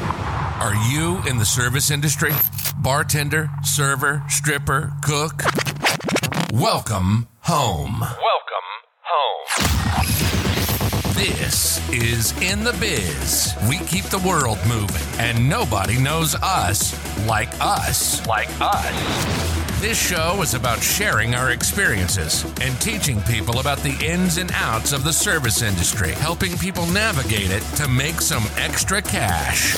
Are you in the service industry? Bartender, server, stripper, cook? Welcome home. Welcome home. This is In the Biz. We keep the world moving, and nobody knows us like us. Like us. This show is about sharing our experiences and teaching people about the ins and outs of the service industry, helping people navigate it to make some extra cash.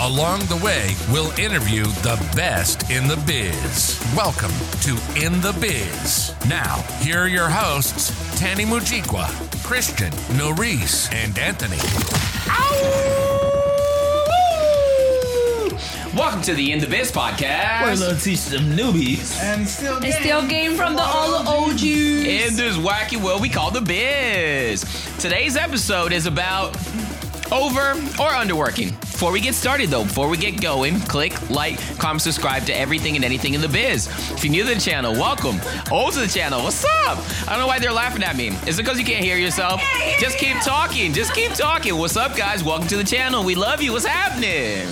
Along the way, we'll interview the best in the biz. Welcome to In the Biz. Now, here are your hosts, Tani Mujikwa, Christian, Norris, and Anthony. Welcome to the In the Biz podcast. We're gonna teach some newbies. And still It's still game from the all OGs. In this wacky world we call the biz. Today's episode is about over or underworking. Before we get started, though, before we get going, click like, comment, subscribe to everything and anything in the biz. If you're new to the channel, welcome. Old to the channel, what's up? I don't know why they're laughing at me. Is it because you can't hear yourself? Just keep talking. Just keep talking. What's up, guys? Welcome to the channel. We love you. What's happening?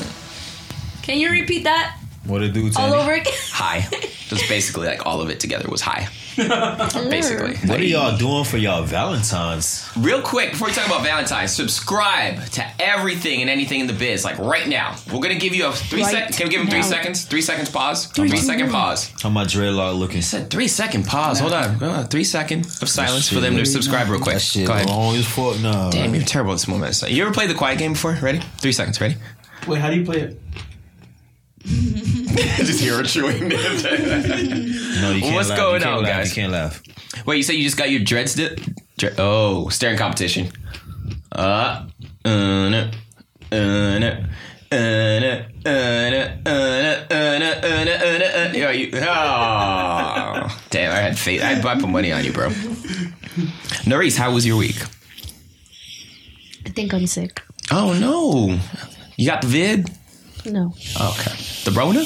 Can you repeat that What it do, all over again? Hi. Just basically like all of it together was high. Basically. What are y'all doing for y'all Valentine's? Real quick, before we talk about Valentine's, subscribe to everything and anything in the biz, like right now. We're gonna give you a three Right sec. Can we give him three now. seconds? Three seconds pause. Three second pause. How my dreadlock looking? I said three second pause. Hold on. Hold on. Three second of silence for them to subscribe real quick. That shit Go ahead. long as fuck now. Damn, you're terrible at this moment. So, you ever played the quiet game before? Ready? Three seconds. Ready? Wait, how do you play it? Just hear her chewing. No, you can't What's laugh. going you can't on, laugh. guys? You can't laugh. Wait, you said you just got your dreads? Di- dre- oh, staring competition. Uh, uh, no, uh, no. Uh, no, uh, no, uh, no, uh, no, uh, no, uh, no, uh, no. Are you- Oh, damn! I had faith. I, I put money on you, bro. Norris, how was your week? I think I'm sick. Oh no, you got the vid. No. Okay, the Rona.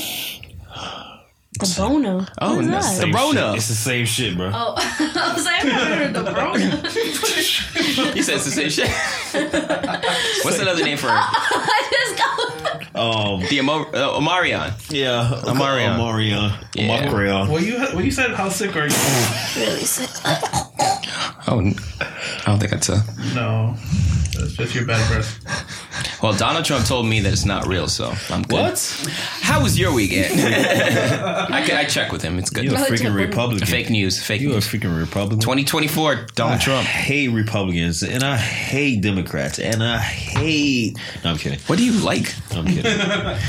The bono. Oh, What is no. that? The Rona. It's the same shit, bro. Oh, I was like, I haven't heard of the Rona. He says the same shit. What's another name for it? I just got Um, the Amo- uh, Omarion? yeah, Omarion. Omarion, Yeah. Omarion. Well, you when you said how sick are you? really sick. Oh, n- I don't think that's a. no, that's just your bad breath. Well, Donald Trump told me that it's not real, so I'm good. What? How was your weekend? I can I check with him. It's good. You a Oh, it's a freaking woman. Republican? Fake news. Fake You a news. freaking Republican? 2024. Donald I Trump. hate Republicans and I hate Democrats and I hate. No, I'm kidding. What do you like? I'm kidding.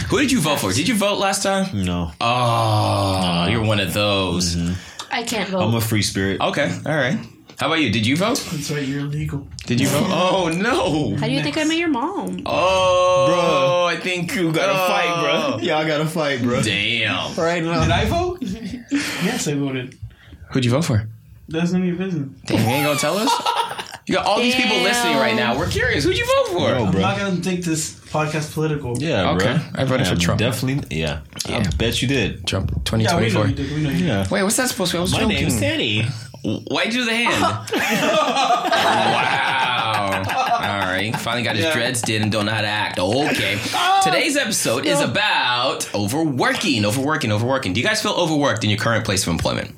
Who did you vote for? Did you vote last time? No, Oh, you're one of those. I can't I'm vote. a free spirit. Okay. All right. How about you? Did you vote? That's right, you're illegal. Did you vote? Oh no. How do you think I met your mom? Oh, I think you got Y'all gotta fight, bro. Damn. Right now. Did I vote? yes, I voted. Who'd you vote for? That's none of your business. Damn, you ain't gonna tell us? You got all these people Damn. listening right now. We're curious. Who'd you vote for? Bro, I'm bro. not gonna take this podcast political. Yeah, Okay. bro. I voted for I'm Trump. Definitely. Yeah. I Yeah. bet you did. Trump yeah, we know 2024. you did. We know you. Yeah. Wait, what's that supposed to be? I was My joking. name's Teddy. Why do the hand? wow. All right. Finally got his dreads did and don't know how to act. Okay. Today's episode is about overworking, overworking, overworking. Do you guys feel overworked in your current place of employment?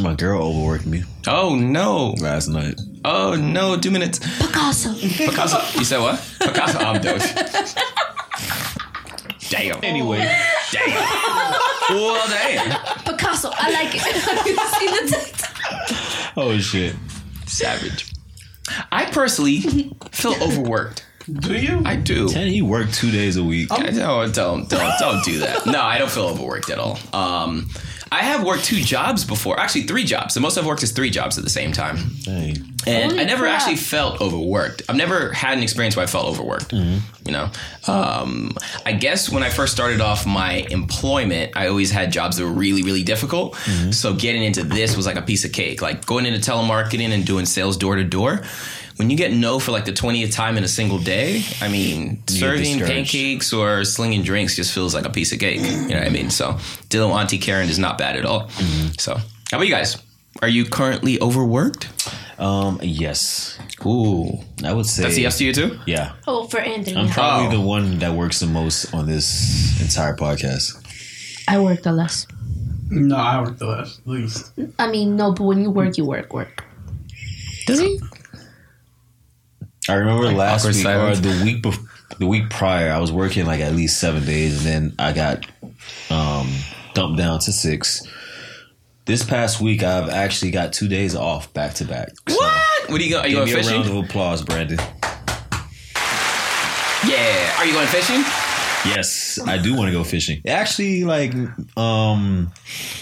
My girl overworked me Oh, no. last night. Oh, no. Two minutes. Picasso. Picasso. You said what? Picasso. I'm dope. Damn. Anyway, Damn. Well, damn. Picasso. I like it. Have you seen the TikTok? oh shit. Savage. I personally feel overworked. Do you? I do. Teddy, he worked two days a week. I don't, don't, don't, don't do that. No, I don't feel overworked at all. Um, I have worked two jobs before, actually three jobs. The most I've worked is three jobs at the same time, Dang. and Holy I never crap. actually felt overworked. I've never had an experience where I felt overworked. You know, um, I guess when I first started off my employment, I always had jobs that were really, really difficult. So getting into this was like a piece of cake. Like going into telemarketing and doing sales door to door. When you get no for like the twentieth time in a single day, I mean, serving discouraged. pancakes cakes or slinging drinks just feels like a piece of cake. You know what I mean? So dealing with Auntie Karen is not bad at all. So how about you guys? Are you currently overworked? Um, yes, Ooh. I would say That's a yes to you too? Yeah, Oh, for Anthony. I'm probably Oh. the one that works the most on this entire podcast. I work the less. No, I work the last, least. I mean, no, but when you work, you work, work. Does he? I remember last awkward week silence. or the week before, the week prior, I was working like at least seven days, and then I got um, dumped down to six. This past week, I've actually got two days off back to back. So What? What are you going? Are you going Give me a fishing? round of applause, Brandon. Yeah. Are you going fishing? Yes, I do want to go fishing. Actually, like, um,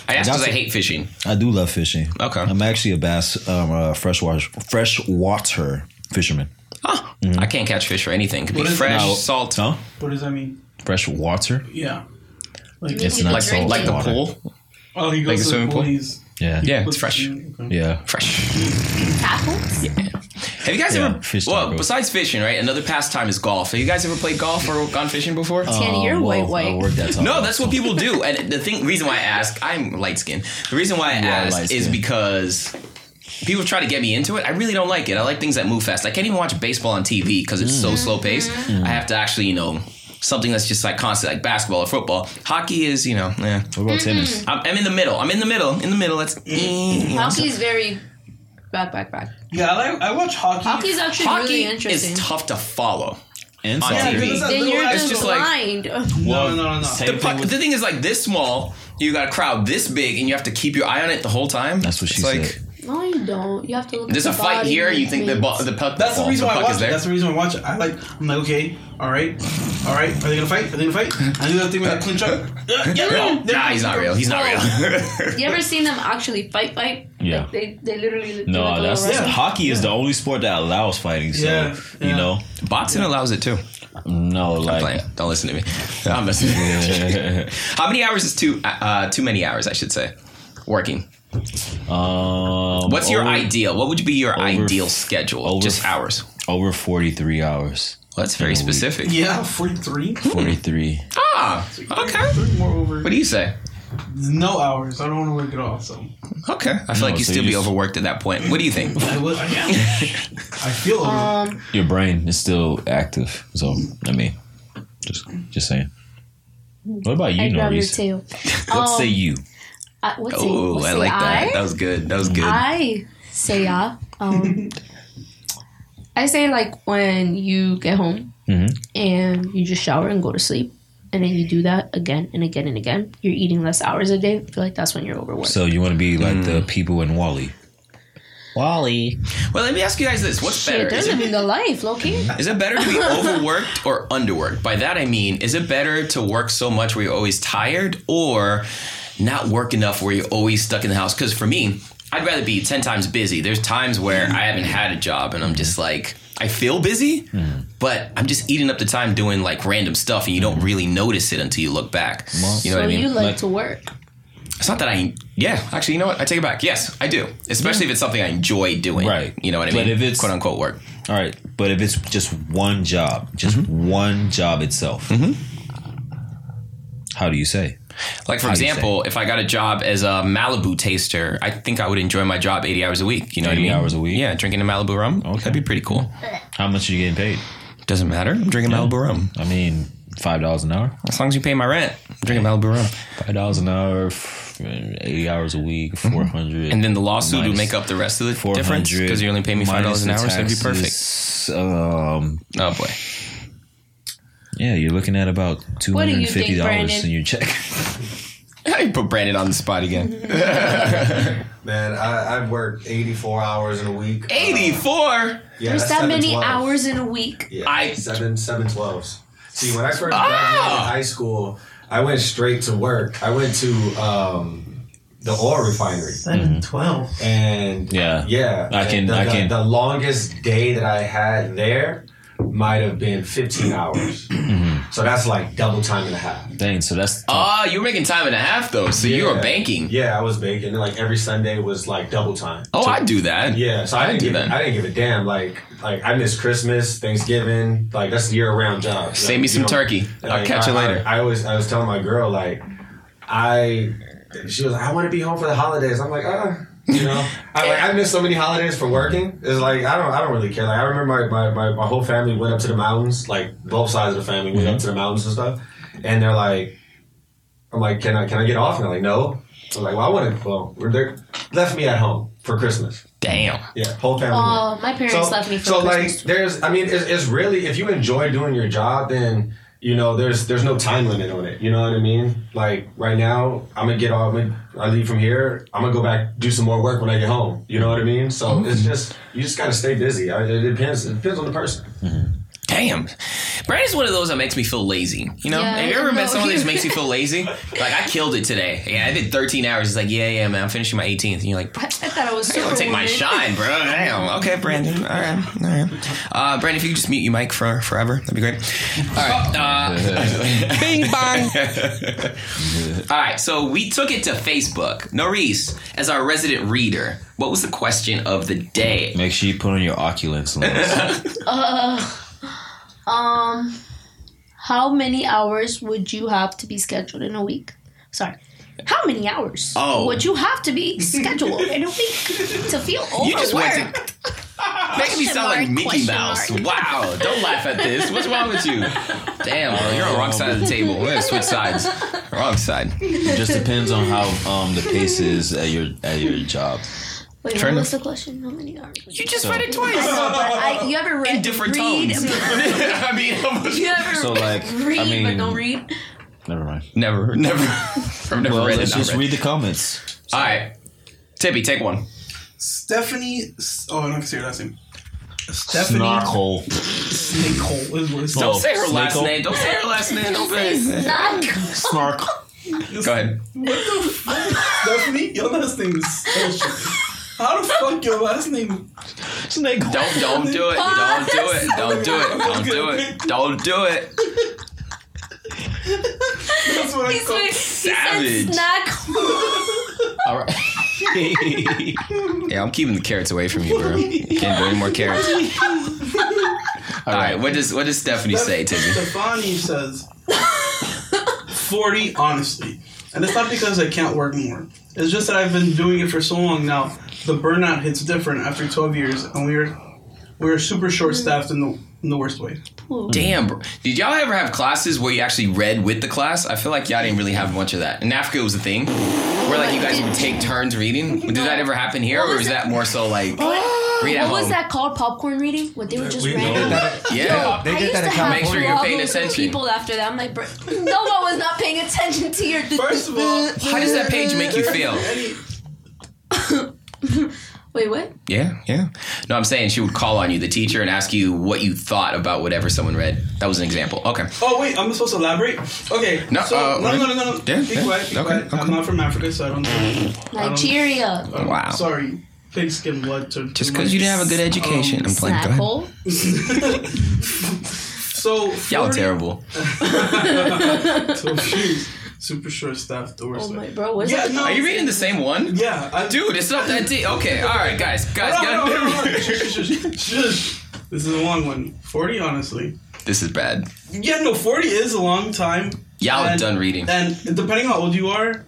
I asked got because I you. hate fishing. I do love fishing. Okay. I'm actually a bass, um, uh, freshwater, freshwater fisherman. Huh. Mm-hmm. I can't catch fish for anything. Could be What is it? fresh, No. salt, No, What does that mean? freshwater. Yeah. Like, Yes. It's not like salt like the water. pool. oh, he goes Like a to swimming the pool. pool? and He's Yeah, Yeah, it's fresh. Okay. yeah. Fresh. Tackles? Have you guys Yeah, ever? fish well, tacos. besides fishing, right? Another pastime is golf. Have you guys ever played golf or gone fishing before? Tanny, you're Um, Oh, well, white, I white. worked at Taco No, Bell. that's what people do. And the thing, reason why I ask, I'm light skinned. The reason why I are ask is light-skinned. because people try to get me into it. I really don't like it. I like things that move fast. I can't even watch baseball on TV because it's Mm-hmm. so slow paced. I have to actually, you know, something that's just like constant, like basketball or football. Hockey is, you know, eh. What about tennis? I'm, I'm in the middle. I'm in the middle. In the middle. That's eh, you know. Hockey's very back, back, back. Yeah, I, like, I watch hockey. Hockey's actually hockey really interesting. is tough to follow. And On soccer. TV. because then you're It's just, just like- blind. no, no, no, no. Same The, thing puck- with- the thing is, like this small, you got a crowd this big, and you have to keep your eye on it the whole time. That's what she It's like, said. No, you don't. You have to look There's a at the fight body here. You think the movements. ball, the puck, That's the falls, reason why I puck watch is it. there. That's the reason why I watch it. I like. I'm like, okay, all right, all right. Are they gonna fight? Are they gonna fight? I do that thing with that clinch up. Yeah, yeah, no, they're- Nah, he's not real. He's not real. You ever seen them actually fight, fight? Yeah. Like they, they literally. do like No, a that's little Yeah. hockey is the only sport that allows fighting. So Yeah, yeah. you know, Boxing allows it too. no, I'm like playing. Don't listen to me. I'm listening. How many hours is too uh, too many hours? I should say. Working. um, What's your over, ideal? What would be your over- ideal schedule? over- Just hours. Over forty three hours. Well, that's very In a week. specific. yeah, forty three. Forty three. Ah, okay. Three more over. What do you say? No hours. I don't want to work at all. So Okay. I feel No, like you so still you be just- overworked at that point. What do you think? I would. I am. I feel. Over. Um, Your brain is still active. So I mean, just just saying. What about you, I grab your Norris? tail. Let's say you. I, Um, uh, what's it? Oh, What's I it? like that. I? That was good. That was good. I say yeah. Um, I say like when you get home Mhm. and you just shower and go to sleep, and then you do that again and again and again. You're eating less hours a day. I feel like that's when you're overworked. So you want to be like the Mm. people in Wally. Wally. Well, let me ask you guys this. What's Shit, better? they're Is it, living the life, Loki. is it better to be overworked or underworked? By that I mean, is it better to work so much where you're always tired or not work enough where you're always stuck in the house? Because for me, I'd rather be 10 times busy. There's times where I haven't had a job and I'm just like, I feel busy, Hmm. but I'm just eating up the time doing like random stuff and you don't really notice it until you look back. you know So what I mean? you like, Like- to work. It's not that I, yeah, actually, you know what? I take it back. Yes, I do. Especially if it's something I enjoy doing. Right. You know what I mean? But if it's- quote unquote work. All right, but if it's just one job, just Mm-hmm. one job itself, how do you say? Like, for do you example, if I got a job as a Malibu taster, I think I would enjoy my job 80 hours a week. You know what I 80 mean? hours a week? Oh. Yeah, drinking a Malibu rum. Okay. That'd be pretty cool. How much are you getting paid? Doesn't matter. I'm drinking Malibu rum. I mean, five dollars an hour. As long as you pay my rent, I'm drinking Malibu rum. Five dollars an hour, f- eighty hours a week, four hundred. And then the lawsuit would Minus make up the rest of the four difference hundred because you only pay me $5 an hour, so that'd be perfect. Um, Oh, boy. yeah, you're looking at about two do hundred you and think, fifty dollars Brandon? in your check. I put Brandon on the spot again. Man, I, I work 84 hours in a week. Uh, 84? Yeah, There's that's that seven many 12s. hours in a week. Yeah, I- seven seven twelves. See, when I first graduated Ah! high school, I went straight to work. I went to um, the oil refinery, Seven twelve. and Yeah. yeah, I and can- The, I the- can- The longest day that I had there might have been 15 hours. Mm-hmm. So that's like double time and a half. Dang, so that's Oh, you were making time and a half, though, so you were Yeah. banking. Yeah, I was baking. Like every Sunday was like double time. Oh, I do that. Yeah, so I, didn't do give that. a, I didn't give a damn. Like like I miss Christmas, Thanksgiving. Like that's a year round job. Save me some turkey. I'll catch you I- later. I, I was I was telling my girl like I she was like I want to be home for the holidays. I'm like uh You know, I like I missed so many holidays for working. It's like I don't I don't really care. Like I remember my, my, my, my whole family went up to the mountains. Like both sides of the family went Mm-hmm. up to the mountains and stuff. And they're like, I'm like, can I can I get off? And they're like, no. I'm like, well, I wanted. Well, they left me at home for Christmas. Damn. Yeah, whole family. went. Oh, my parents so, left me for so Christmas. like there's i mean it's, it's really if you enjoy doing your job then you know there's there's no time limit on it you know what i mean like right now i'm gonna get off when i leave from here i'm gonna go back do some more work when i get home you know what i mean so it's Mm-hmm. just you just gotta stay busy I, it depends it depends on the person Damn. Brandon's one of those that makes me feel lazy. You know? Yeah, Have you ever I met know. someone that just makes you feel lazy? Like, I killed it today. Yeah, I did 13 hours. It's like, yeah, yeah, man, I'm finishing my 18th. And you're like, I thought I was I'm super gonna take my shine, bro. Damn. Okay, Brandon. All right. All right. Uh, Brandon, if you could just mute your mic for forever, that'd be great. All right. Uh, Bing bong. All right. So we took it to Facebook. Norris, as our resident reader, what was the question of the day? Make sure you put on your Oculus lens. Um, how many hours would you have to be scheduled in a week? Sorry. How many hours Oh. would you have to be scheduled in a week to feel You just went to. overworked? Making me sound like mark, Mickey Oh, question Mouse. mark. Wow. Don't laugh at this. What's wrong with you? Damn, bro. You're on the wrong side of the table. We're gonna switch sides. Wrong side. it just depends on how um the pace is at your at your job. Wait, Fair what enough. was the question? How many hours? Would you You just read it twice. I know, but I, you ever read in different read, tones. I mean, You ever So, like, read I but mean- don't read? Never mind. never, never. I've never Well, read let's it. not just read. read the comments. All right, Tippy, take one. Stephanie. S- Oh, I don't say her last name. Stephanie Snorkel. Snakehole is what it's Don't called. say her Snake last hole. name. Don't say her last name. Don't say. Snark. Go ahead. Stephanie, your last name is social. How the fuck your last name? Snake. Don't don't do it. Don't do it. Don't do it. Don't do it. Don't do it. That's what I He's call. like, he Savage. said snack. All right. yeah, I'm keeping the carrots away from you, bro. Can't do any more carrots. All right, what does what does Stephanie say, Tippy? Stefani says 40 honestly. And it's not because I can't work more. It's just that I've been doing it for so long now. The burnout hits different after 12 years and we are we are super short staffed in the in the worst way. Damn, bro. did y'all ever have classes where you actually read with the class? I feel like y'all didn't really have much of that. In Africa, it was a thing where like you guys would take turns reading. Did that ever happen here, or was was it? that more so like read at What was home? that called? Popcorn reading? What they were just random. Yeah. I used to have Make sure you're problems paying with attention. People after that, I'm like, bro, no one was not paying attention to your. First of all, How does that page make you feel? any Wait, what? Yeah, yeah. No, I'm saying she would call on you, the teacher, and ask you what you thought about whatever someone read. That was an example. Okay. Oh wait, I'm supposed to elaborate? Okay. No, so, uh, no, no, no, no, no. yeah, be yeah. quiet, be Okay, quiet. okay. I'm not from Africa, so I don't know. Nigeria. Wow. Sorry. Pig skin blood turned Just too because you much. didn't have a good education, I'm playing. Go Snack ahead. hole. So Y'all 40 terrible. So she's super short staffed the worst Oh way. my bro, was Yeah, it? no. Are you reading the same one? Yeah, I Dude, it's not that deep. Okay, all right, guys, guys, No, no, guys. no, no, no. Shush, shush, shush, shush. This is a long one. 40, honestly. This is bad. Yeah, no, 40 is a long time. Y'all And- done reading. And depending how old you are, uh,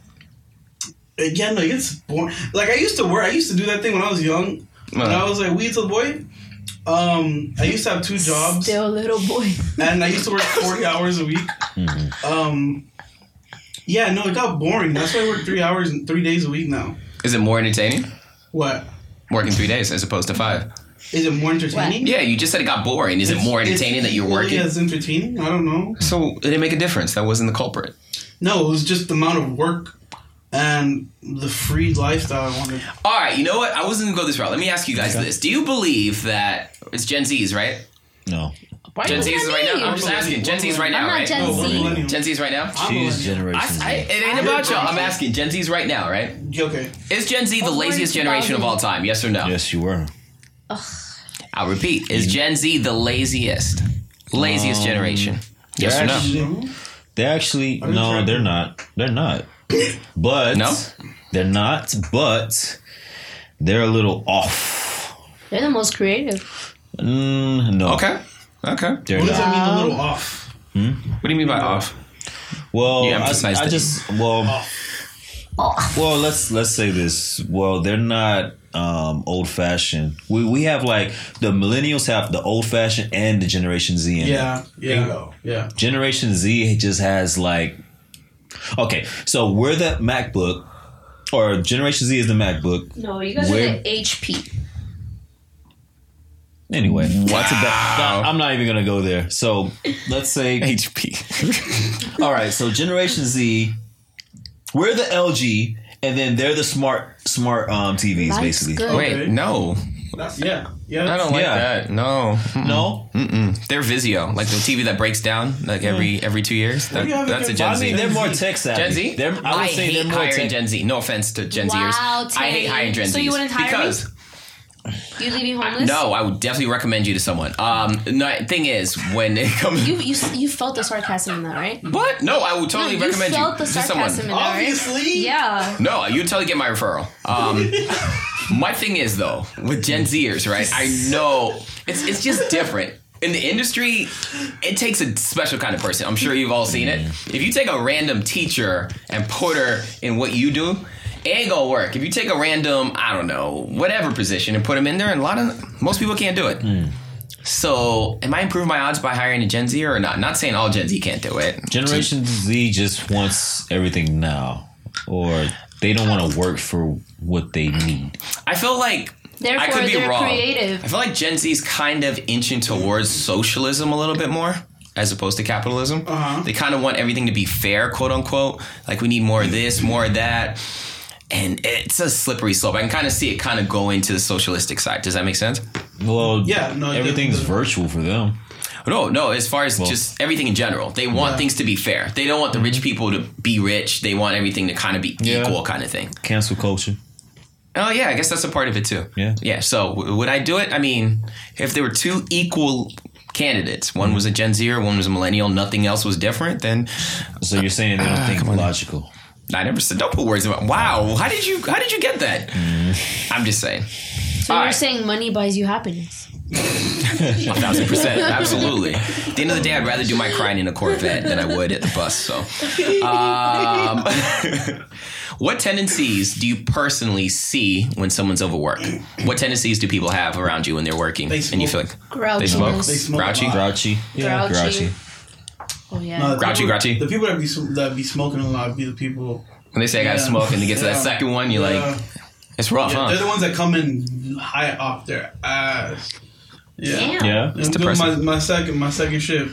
again, like it's boring. Like I used to work, I used to do that thing when I was young. When Uh-huh. I was like wee little boy. Um, I used to have two jobs, Still a little boy. and I used to work 40 hours a week. Um, yeah, no, it got boring. That's why I work three hours and three days a week now. Is it more entertaining? What? Working three days as opposed to five. Is it more entertaining? Yeah, you just said it got boring. Is it more entertaining that you're Yeah, working? it's entertaining. I don't know. So it didn't make a difference. That wasn't the culprit. No, it was just the amount of work and the free lifestyle I wanted. All right, you know what? I wasn't gonna go this route. Let me ask you guys this: Do you believe that it's Gen Z's right? No. Why Gen does Z's that right mean? now. I'm just asking. Gen Z's right now, I'm not right? Gen No, Z. we're millennial. Gen Z's right now. I'm She's millennial. generation. I, I, Z. it ain't about y'all. I'm asking. Gen Z's right now, right? Yeah, okay. Is Gen Z the born laziest generation of all time? Yes or no? yes, you were. I'll repeat. Is Gen Z the laziest? Um, Laziest generation. Yes or no? They actually you no, trying- they're not. They're not. But No? they're not. But they're a little off. They're the most creative. Mm, no. Okay. Okay. What They're What does not. that mean? A little off. do you mean by off? Well, You I, emphasized I it. just well, off. Well, let's let's say this. Well, they're not um, old fashioned. We we have like the millennials have the old fashioned and the Generation Z. In it. Yeah, yeah, Bingo. yeah. Generation Z just has like okay, so we're the MacBook or Generation Z is the MacBook. No, you guys Where- are the HP. Anyway, what's about? I'm not even gonna go there. So let's say HP. all right. So Generation Z, we're the LG, and then they're the smart smart um, TVs Life's basically. good. Wait, no. That's Yeah, yeah. I don't like Yeah. that. No. No, They're Vizio, like the TV that breaks down like every every two years. That- do you have that's a against Gen I Z. mean they're more tech savvy. Gen Z? They're, I would say hate they're more hiring tech. Gen Z. No offense to Gen Wow, Zers. I hate Tanny. hiring Gen Z. So you wouldn't hire me? because You leaving homeless? no, I would definitely recommend you to someone. Um, no, thing is when it comes. You, you you felt the sarcasm in that, right? what? No, I would totally you recommend felt you the to someone. sarcasm in that, right? Obviously, Yeah. No, you totally get my referral. Um, my thing is though with Gen Zers, right? I know it's it's just different. In the industry, it takes a special kind of person. I'm sure you've all seen it. If you take a random teacher and put her in what you do, it ain't gonna work. If you take a random, I don't know, whatever position and put them in there, and a lot of most people can't do it. So, am I improving my odds by hiring a Gen Z or not? Not saying all Gen Z can't do it. Generation Z just wants everything now, or they don't want to work for what they need. I feel like Therefore, I could be they're wrong. creative. I feel like Gen Z's kind of inching towards socialism a little bit more. As opposed to capitalism, they kind of want everything to be fair, quote unquote. Like we need more of this, more of that, and it's a slippery slope. I can kind of see it kind of going to the socialistic side. Does that make sense? Well, Yeah, no, everything's the- the- virtual for them. No, no. As far as just everything in general, they want things to be fair. They don't want the rich people to be rich. They want everything to kind of be Yeah. equal, kind of thing. Cancel culture. Oh yeah, I guess that's a part of it too. Yeah. Yeah. So w- would I do it? I mean, if there were two equal candidates, one was a Gen Zer, one was a millennial, nothing else was different, then So you're saying they don't Ah, think logical? I never said don't put words about. Wow, how did you how did you get that? I'm just saying, So you're Alright. saying money buys you happiness. a thousand percent, absolutely. At the end of the day, I'd rather do my crying in a Corvette than I would at the bus. So, um, what tendencies do you personally see when someone's overworked? What tendencies do people have around you when they're working, They and you feel smoke. like? Grouchiness. smoke. they smoke Grouchy? a lot. Grouchy. Yeah. Grouchy. Grouchy. Oh yeah. No, the Grouchy, people- grouchy. The people that be sm- that be smoking a lot be the people. When they say I gotta Yeah. smoke and they get to that Yeah. second one, you're Yeah. like, uh-huh. it's rough, Yeah, huh? They're the ones that come in high off their ass. Yeah. Damn. Yeah. I'm doing my, depressing. my second my second shift.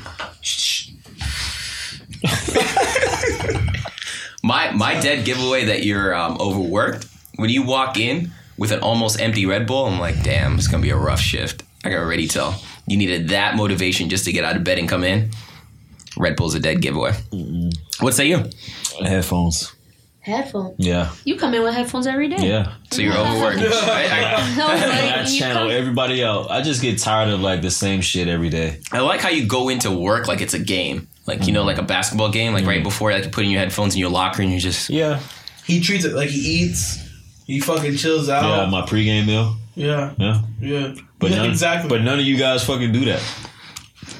my my dead giveaway that you're um, overworked. When you walk in with an almost empty Red Bull, I'm like, damn, it's gonna be a rough shift. I can already tell. You needed that motivation just to get out of bed and come in. Red Bull's a dead giveaway. What say you? Headphones. Headphones. Yeah. You come in with headphones every day. Yeah. So you're overworked. I, No, like, I you channel come- everybody out. I just get tired of like the same shit every day. I, I like how you go into work like it's a game. Like you know, like a basketball game, like Mm-hmm. right before, like you put in your headphones in your locker and you just Yeah. He treats it like he eats. He fucking chills out. Yeah. Yeah, My pregame meal. yeah, Yeah. But Oh. Yeah, none, exactly. But none of you guys fucking do that.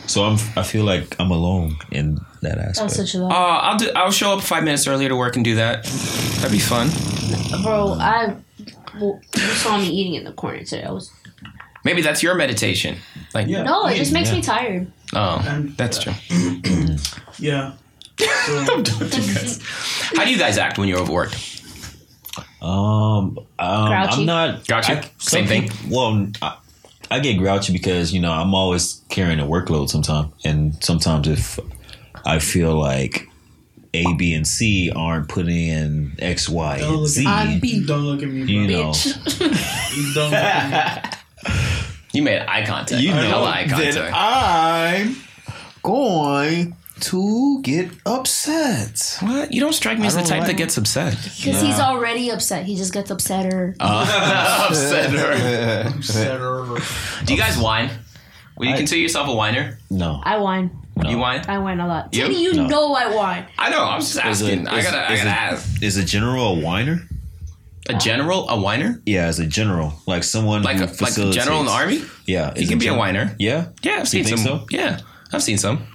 So I'm. I feel like I'm alone in that That's aspect. such a lot. Uh, I'll do. I'll show up five minutes earlier to work and do that. That'd be fun. Bro, I. Well, you saw me eating in the corner today. I was. Maybe that's your meditation. Like, yeah. No, it Yeah. just makes me tired. oh, And- that's true. Yeah. So, How do you guys act when you're overworked? Um, um Grouchy? I'm not Grouchy? I- Same some thing? peop- Well, I, I get grouchy because you know I'm always carrying a workload sometimes, and sometimes if I feel like A, B, and C aren't putting in X, Y, don't and look Z, at I'm me. beat. Don't look at me, bro. you know, Don't look at You made eye contact. You know Hella eye contact. I'm going to get upset. what? You don't strike me as the don't type that like- gets upset. Because he's already upset. He just gets upsetter. Upset. me. Sarah. do you guys whine? Will you I- consider yourself a whiner? No, I whine. no. You whine? I whine a lot. You? Teddy, you No. know I whine. I know. I'm just Is a- asking. I is- gotta. I is gotta a- ask. Is a general a whiner? A general, a whiner, Yeah, as a general, like someone like who a, like a general in the facilitates. army. Yeah, You as can be a gen- whiner. Yeah, Yeah, I've seen think some. so? Yeah, I've seen some.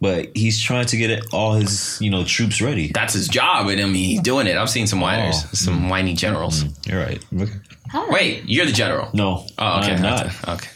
But he's trying to get it- all his you know troops ready. That's his job, and I mean, he's doing it. I've seen some whiners, Oh. some whiny generals. You're right. Hi. Wait, you're the general. No. Oh, okay. I'm not. that's- Okay.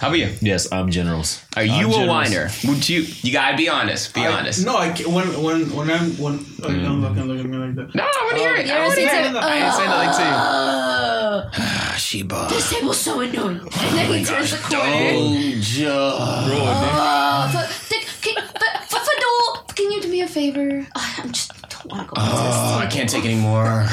How about you? Yes, I'm generals. Are I'm you a generals. whiner? Would you? You gotta be honest. Be I- honest. No, I can't, when when when I'm when like, I'm looking look at me like that. No, I want to hear it. I Yours want to is hear a- it. I ain't saying nothing to you. Oh, Ah, Sheba. Oh this table's so annoying. And then he turns the corner. Doja. Oh, for, th- can, for, for, for door, can you do me a favor? Oh, I'm just I don't want to go. Ah, Oh, I can't take anymore.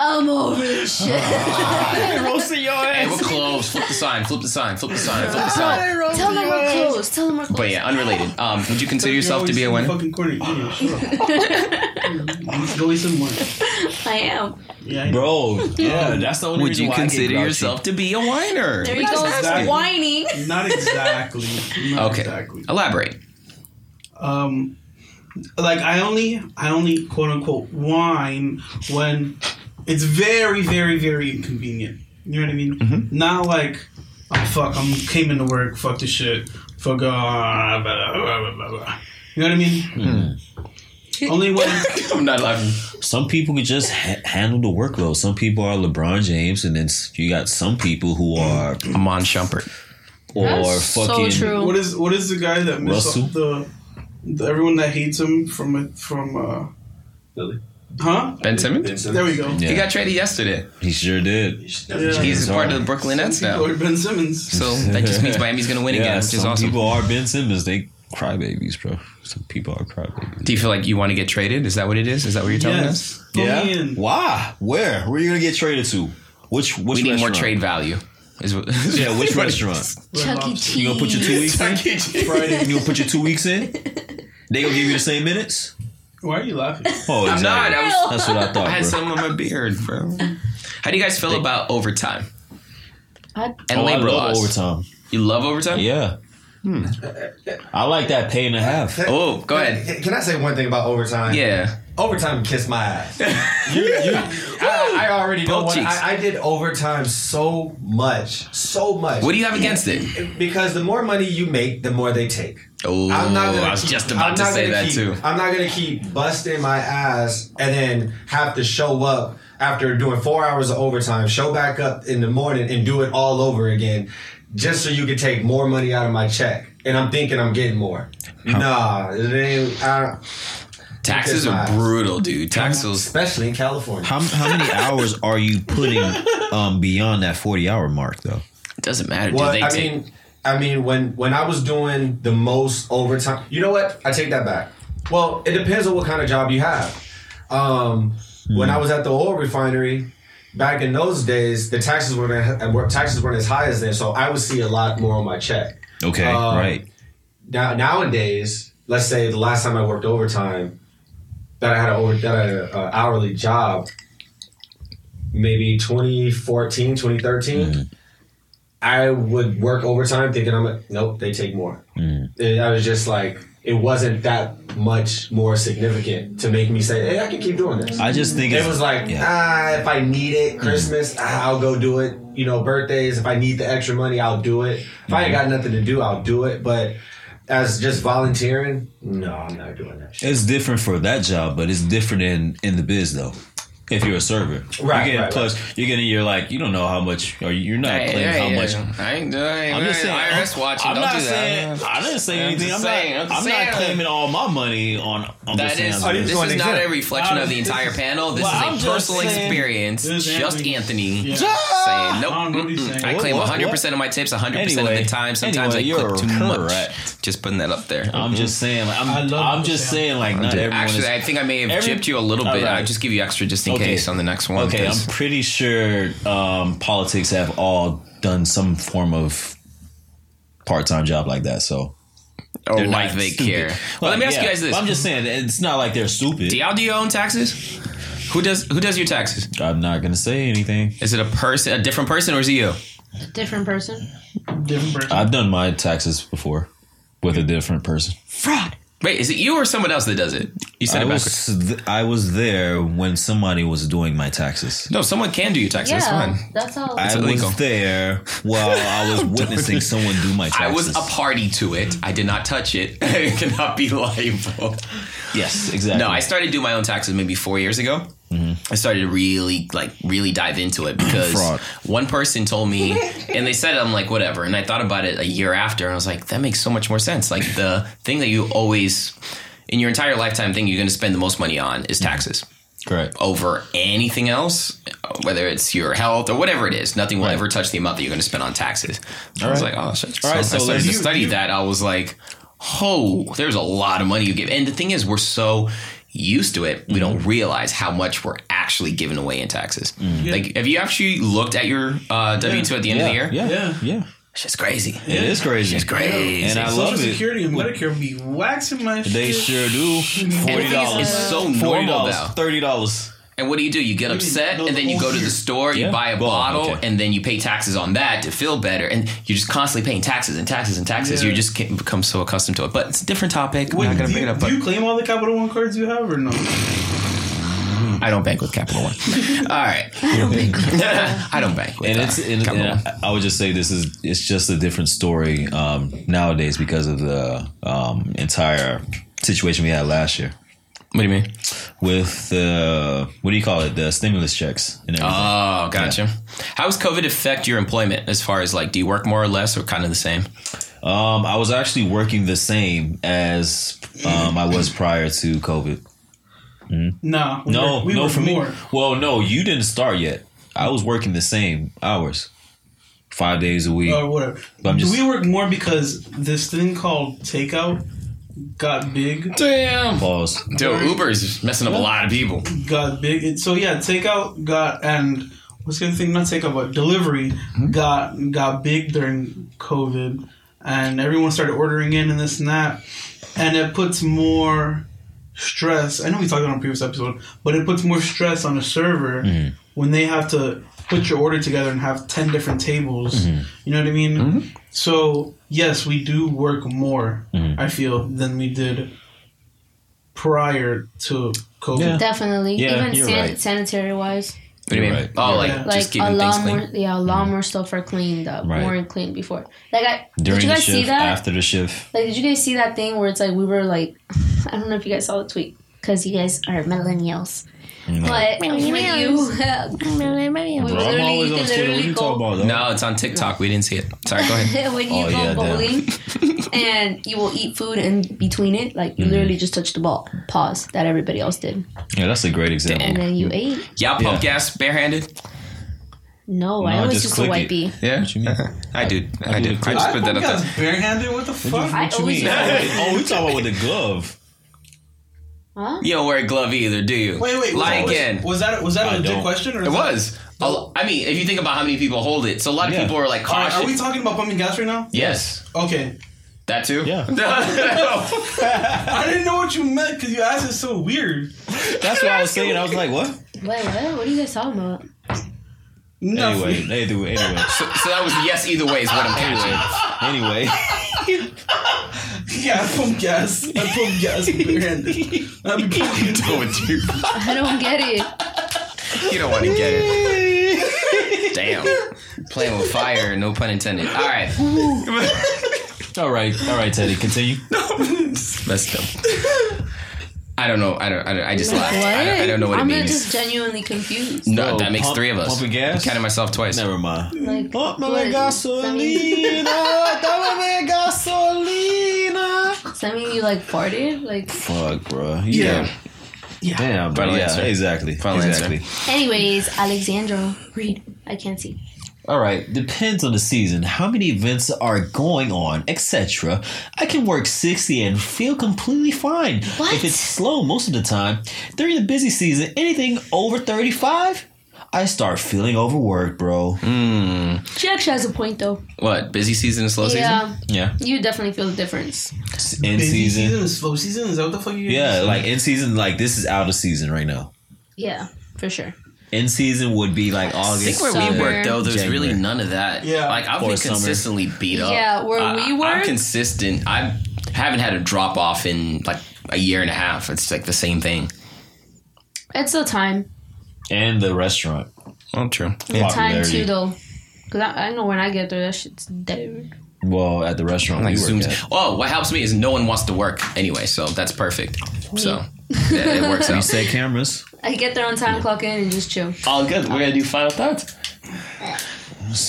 I'm over this shit. Ah. Hey, we're close. Flip the sign. Flip the sign. Flip the sign. Flip the sign. Tell them we're close. Tell them we're close. But yeah, unrelated. Um, would you consider You're yourself to always be a in the winner? Fucking corner. Yeah, sure. You're always in one. I am. Yeah, I know. Bro, yeah, that's the only Would reason you why I get consider grouchy. yourself to be a whiner? There he goes, asking. whining. Not exactly. Not Okay. Exactly. Elaborate. um like I only I only quote unquote whine when it's very very very inconvenient. You know what I mean? Not like oh fuck I'm came into work fuck this shit fuck uh, blah, blah, blah, blah, blah. you know what I mean? Only when I'm not laughing. Some people could just ha- handle the workload. Some people are LeBron James, and then s- you got some people who are Amon Shumpert. or That's fucking. so true. what is what is the guy that missed Russell? off the, the everyone that hates him from from uh Really? huh? Ben Simmons? Vincent. There we go. Yeah, He got traded yesterday. he sure did. Yeah. He's Bizarre. part of the Brooklyn Nets now. Lord Ben Simmons. So that just means Miami's going to win again, Yeah, which is some awesome. people are Ben Simmons. They crybabies, bro. Some people are crybabies. Do you feel like you want to get traded? Is that what it is? Is that what you're telling us? Yes. Put me in. Why? Where? Where are you gonna get traded to? Which? Which We need more restaurant? trade value. Is what, Yeah, which restaurant? Chuck E. Cheese. You gonna put your two weeks in? Friday. You gonna put your two weeks in? They gonna give you the same minutes? Why are you laughing? Oh, I'm not. I, was, That's what I thought. I had bro. some on my beard, bro. How do you guys feel about overtime I- and Oh, I labor Hmm. love laws? overtime. You love overtime? Yeah. I like that pay and a half. Oh, go ahead. Can, can I say one thing about overtime? Yeah. Overtime kissed my ass. You- you- I, I already know Both what cheeks. I, I did overtime so much, so much. What do you have against it? Because the more money you make, the more they take. Oh, I'm not gonna I was keep- just I'm about to not say gonna that keep- too. I'm not gonna keep busting my ass and then have to show up after doing four hours of overtime, show back up in the morning and do it all over again, just so you can take more money out of my check. And I'm thinking I'm getting more. Nah, it ain't. I, Taxes are Because my- brutal, dude. Taxes. especially in California. How, how many hours are you putting um, beyond that 40 hour mark, though? doesn't matter, dude. Well, They I take. mean, I mean, when when I was doing the most overtime, you know what? I take that back. Well, it depends on what kind of job you have. Um, When Hmm. I was at the oil refinery back in those days, the taxes weren't uh, were- taxes weren't as high as then, so I would see a lot more on my check. Okay, Um, right. Now nowadays, let's say the last time I worked overtime, that I had a that I had a, a hourly job, maybe 2014, 2013. Mm. I would work overtime thinking I'm like, nope, they take more. Mm. And I was just like, it wasn't that much more significant to make me say, hey, I can keep doing this. I just think it it's, was like, yeah. ah, if I need it, Christmas, ah, I'll go do it. You know, birthdays, if I need the extra money, I'll do it. If I ain't got nothing to do, I'll do it. But as just volunteering, no, I'm not doing that shit. it's different for that job, but it's different in, in the biz, though. If you're a server, Right, You're getting right, plus. You're getting. You're like. You don't know how much, or you're not Hey, claiming hey, how yeah. much. I ain't doing I'm just saying. IRS watching. I'm Don't not do that. saying. I didn't say I'm just anything. I'm saying, not. I'm I'm, just not saying. claiming all my money on. on That is, Oh, you this just is went not a exact. reflection I of the was- entire panel. This Well, I'm is just a personal saying- experience. This is Just Anthony. Anthony Yeah. saying, nope. I'm really mm-mm. saying- I What- claim what- 100% of my tips 100% of Anyway, the time. Sometimes anyway, I you're click too much. correct. Just putting that up there. I'm just saying. Like, I'm. I love I'm what just they are. saying. Like not everyone Actually, I is think I may have Every- gypped you a little All bit. right. I'll just give you extra just in Okay. case on the next one. Okay, 'cause- I'm pretty sure um, politics have all done some form of part-time job like that. So or they're Oh, like not they stupid. care. Well, let Like, me ask yeah, you guys this. I'm just saying it's not like they're stupid. do y'all do your own taxes? Who does who does your taxes? I'm not gonna say anything. Is it a person, a different person, or is it you? Different person. Different person. I've done my taxes before with a different person. Fraud. Wait, is it you or someone else that does it? You said it I backwards. was, th- I was there when somebody was doing my taxes. no, someone can do your taxes. That's fine. that's all. I illegal. was there while I was witnessing someone do my I taxes. Mm-hmm. was a party to it. I did not touch it. I cannot be liable. Yes, exactly. No, I started doing my own taxes maybe four years ago. Mm-hmm. I started to really like really dive into it because Fraud. one person told me, and they said it. I'm like, whatever. And I thought about it a year after, and I was like, that makes so much more sense. Like the thing that you always in your entire lifetime thing you're going to spend the most money on Mm-hmm. is taxes Correct. over anything else, whether it's your health or whatever it is. Nothing will Right. ever touch the amount that you're going to spend on taxes. I was right. like, oh shit. All right, so, so I started to you- study that. I was like, oh, there's a lot of money you give. And the thing is, we're so used to it, we Mm-hmm. don't realize how much we're actually giving away in taxes. Like, have you actually looked at your uh, W two at the end yeah, of the year? Yeah, Yeah. yeah, It's crazy. It is crazy. It's crazy. And I Social love it. Security and Medicare be waxing my They sure shit. do. And Forty the thing is, dollars. it's so Forty normal dollars. now. Thirty dollars. And what do you do? You get upset, know and the then you whole go to the year. store, you Yeah. buy a Well, bottle, okay. and then you pay taxes on that to feel better. And you're just constantly paying taxes and taxes and taxes. Yeah. You just can become so accustomed to it. But it's a different topic. Wait, I'm not going do, to bring you, it up. do But you claim all the Capital One cards you have or no? I don't bank with Capital One. All right. I don't bank with And uh, it's and, Capital One. and I- I would just say this is it's just a different story um, nowadays because of the um, entire situation we had last year What do you mean? with the what do you call it the stimulus checks and everything. Oh, gotcha. How does COVID affect your employment as far as like, do you work more or less or kind of the same? Um, I was actually working the same as um, I was prior to COVID. Nah. We No, were, we no, were for more. me. Well, no, you didn't start yet. I was working the same hours, five days a week. or whatever. But I'm just- we work more because this thing called takeout got big, Damn. Pause. Dude, Uber's messing up a lot of people. got big. It, so yeah, takeout got and what's the other thing? Not takeout, but delivery got got big during COVID, and everyone started ordering in and this and that, and it puts more stress. I know we talked about it on a previous episode, but it puts more stress on a server when they have to put your order together and have ten different tables. You know what I mean? So yes, we do work more. I feel than we did prior to COVID. Yeah. Definitely. Yeah, Even you're san- right. sanitary wise. What do you mean? You're right. Oh, You're like, right. Like just a keeping things lot clean. more yeah, a lot more stuff are cleaned up. Mm-hmm. Right. More clean before. Like I During did you the guys shift, see that? after the shift. Like, did you guys see that thing where it's like we were like, I don't know if you guys saw the tweet because you guys are millennials, but when you, we Bro, I'm always on Twitter. literally, you can What literally you go talking about? dog? No, it's on TikTok. We didn't see it. Sorry, go ahead. when you Oh, go yeah, damn. bowling and you will eat food in between it, like Mm-hmm. you literally just touch the ball. Pause that everybody else did, Yeah, that's a great example. and then you ate. Y'all pump Yeah. gas barehanded? No, I No, always just used to click wipe it. B. Yeah. What you mean? I do. I do. do. I just put that up guys there. barehanded? What the fuck? I What you always mean? used to wipe. oh, we talking about with the glove. Huh? You don't wear a glove either, do you? wait, wait. Lie was, again. Was that was that a I legit don't. question? Or it was. A lo- I mean, if you think about how many people hold it, so a lot of Yeah. people are like That, cautious. are we talking about pumping gas right now? yes. Okay. That too? Yeah. I didn't know what you meant because you asked it so weird. That's what I was saying. I was like, what? Wait, what? What are you guys talking about? Nothing. Anyway, anyway, anyway, so, so that was yes either way is what I'm catching. anyway. Yeah, I pump gas. I pump gas barehanded. I be pumping. Don't you, I don't get it. you don't want to get it. Damn. Playing with fire, no pun intended. All right. All right, all right, Teddy, continue. Let's go. I don't know. I don't. I, don't, I just laughed. What? I, don't, I don't know what am it means. just genuinely confused. No, Yo, that makes Oh, pump- three of us. pump and gas? I'm counting myself twice. Never mind. Like, Pump what my is- gasolina, dame gasolina. Does that mean you like farted? Like, Fuck, bro. Yeah. Damn, bro. Final Yeah, answer. exactly. Final exactly. anyways, Alexandra, read. I can't see. All right, depends on the season, how many events are going on, etc. I can work 60 and feel completely fine. What? If it's slow most of the time, during the busy season, anything over 35, I start feeling overworked, bro. Mm, She actually has a point though. What? Busy season and slow Oh, season? Yeah, Yeah. you definitely feel the difference. S- In Busy season. is slow season. Is that what the fuck you? Yeah, like in season, like this is out of season right now. Yeah, for sure. In season would be like I August. think where we Summer. work though, there's January. really none of that. Yeah. Like I've Or been summer. consistently beat up. Yeah, where I- we I'm work- consistent. I haven't had a drop off in like a year and a half. It's like the same thing. It's the time. and the restaurant. Oh, true. The time popularity. too, though. Cause I, I know when I get there, that shit's dead. Well, at the restaurant Like we work Zooms. at. Oh, what helps me is no one wants to work anyway, so that's perfect. So yeah, it works out. Say cameras. I get there on time, clock in, and just chill. All good. We're gonna do final thoughts.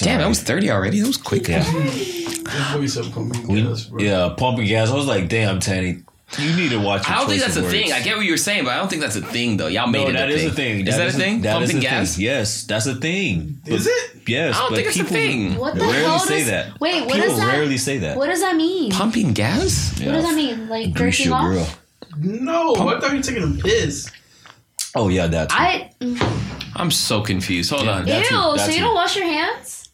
Damn, that was thirty already. That was quick. Yeah, That voice up coming. we, yes, bro. yeah, pumping gas. I was like, damn, Tanny, you need to watch. Your I don't think choice that's of a thing. words. I get what you were saying, but I don't think that's a thing though. Y'all made No, it that a is thing. a thing. Is that, a a- thing? that is Pumping a thing. gas. Yes, that's a thing. Is it? Yes, I don't but think it's a people thing. What the rarely hell does? say that. Wait, what people does that? rarely say that. What does that mean? Pumping gas? What does Yeah. that mean? Like Grease jerking your off? grill. No, I thought you were taking a piss. Oh yeah, that's. I ew. I'm so confused. Hold on. That's it, So that's you it. don't wash your hands?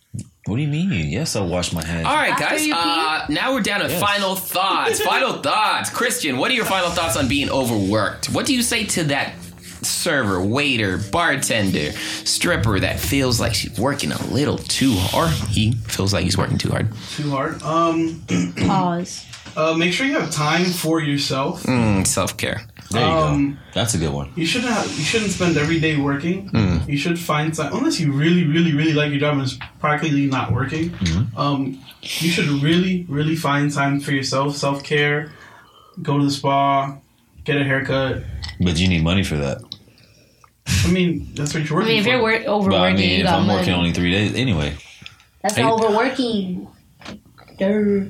What do you mean? Yes, I wash my hands. All right, After guys. you pee? Uh, now we're down to Yes. final thoughts. final thoughts. Christian, what are your final thoughts on being overworked? What do you say to that server, waiter, bartender, stripper that feels like she's working a little too hard? He feels like he's working too hard. Too hard. Um, Pause. uh, make sure you have time for yourself. Mm, Self care. There you Um, go. That's a good one. You shouldn't have, you shouldn't spend every day working. You should find time unless you really, really, really like your job and it's practically not working. Um, you should really, really find time for yourself, self care, go to the spa, get a haircut. But you need money for that. I mean, that's what you're I working mean, if for. you're wor- But overworking, I mean, you if got I'm money. working only three days, anyway. That's Hey. not overworking. Durr.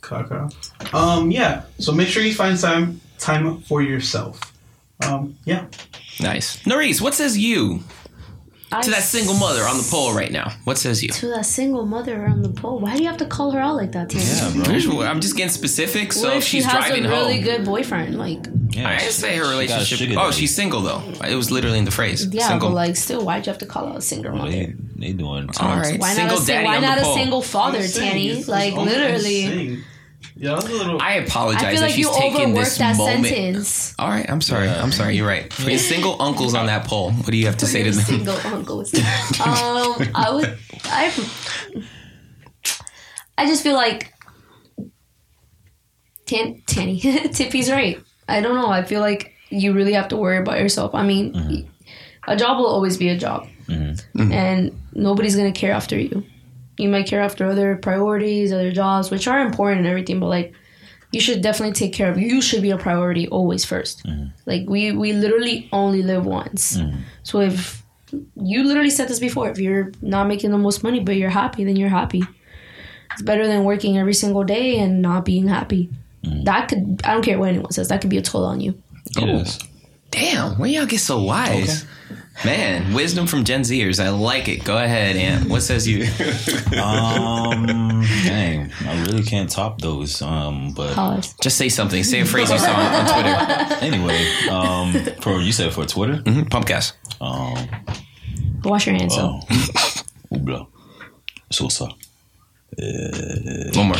Kaka. Um, yeah. So make sure you find time time for yourself. Um, yeah. Nice. Norris, what says you I to that single mother on the poll right now? What says you? To that single mother on the pole. Why do you have to call her out like that, Tanner? Yeah, bro. I'm just getting specific. So what if if she she's has a driving really home. good boyfriend? Like, Yeah, I she- didn't say she her got a relationship. sugar Oh, daddy. she's single though. It was literally in the phrase. yeah, single. but like, still, why'd you have to call out a single mother? They, they doing. All tons. right, Why single not a, daddy why on not the a poll. single father, I'm saying, Tanny? it's- it's like, all- I'm literally. saying. Yeah, that was a little. I apologize I feel that like she's you taking this overworked that moment. sentence. All right, I'm sorry. I'm sorry. You're right. For your single uncles on that poll, what do you have to say to them? Single uncles. um, I would. I. I just feel like. Tan, Tanny, Tippy's right. I don't know. I feel like you really have to worry about yourself. I mean, Mm-hmm. a job will always be a job, and nobody's gonna care after you. You might care after other priorities, other jobs, which are important and everything, but like you should definitely take care of you should be a priority always 1st Mm-hmm. like we we literally only live once so if you literally said this before if you're not making the most money but you're happy then you're happy it's better than working every single day and not being happy that could i don't care what anyone says that could be a toll on you It is. Damn, where y'all get so wise? Man, wisdom from Gen Zers. I like it. Go ahead, Ant. What says you? Um, dang, I really can't top those. Um, but pause Just say something. Say a phrase you saw on Twitter. anyway, um, for you said for Twitter. Mhm, Pump gas. Um, wash your hands though oh, oubla, sosa, One more.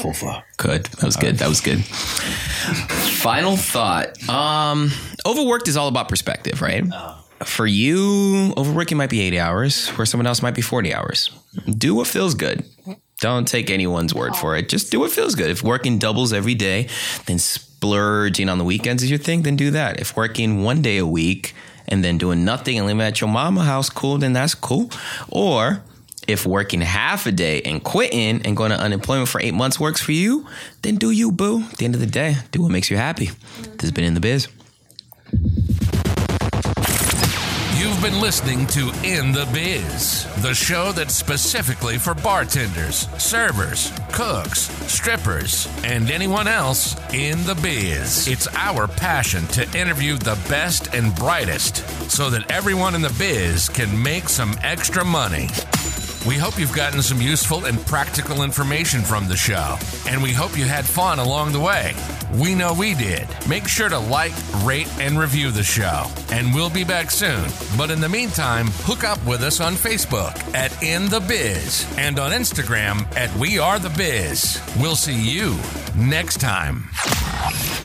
fofa. Good. That was good. That was good. Final thought. Um, overworked is all about perspective, right? For you, overworking might be 80 hours, where someone else might be 40 hours. Do what feels good. Don't take anyone's word for it. Just do what feels good. If working doubles every day, then splurging on the weekends is your thing, then do that. If working one day a week and then doing nothing and living at your mama house, cool, then that's cool. Or if working half a day and quitting and going to unemployment for eight months works for you, then do you, boo. At the end of the day, do what makes you happy. This has been In the Biz. You've been listening to In the Biz, the show that's specifically for bartenders, servers, cooks, strippers, and anyone else in the biz. It's our passion to interview the best and brightest so that everyone in the biz can make some extra money. We hope you've gotten some useful and practical information from the show, and we hope you had fun along the way. We know we did. Make sure to like, rate, and review the show, and we'll be back soon. But in the meantime, hook up with us on Facebook at In The Biz and on Instagram at We Are The Biz. We'll see you next time.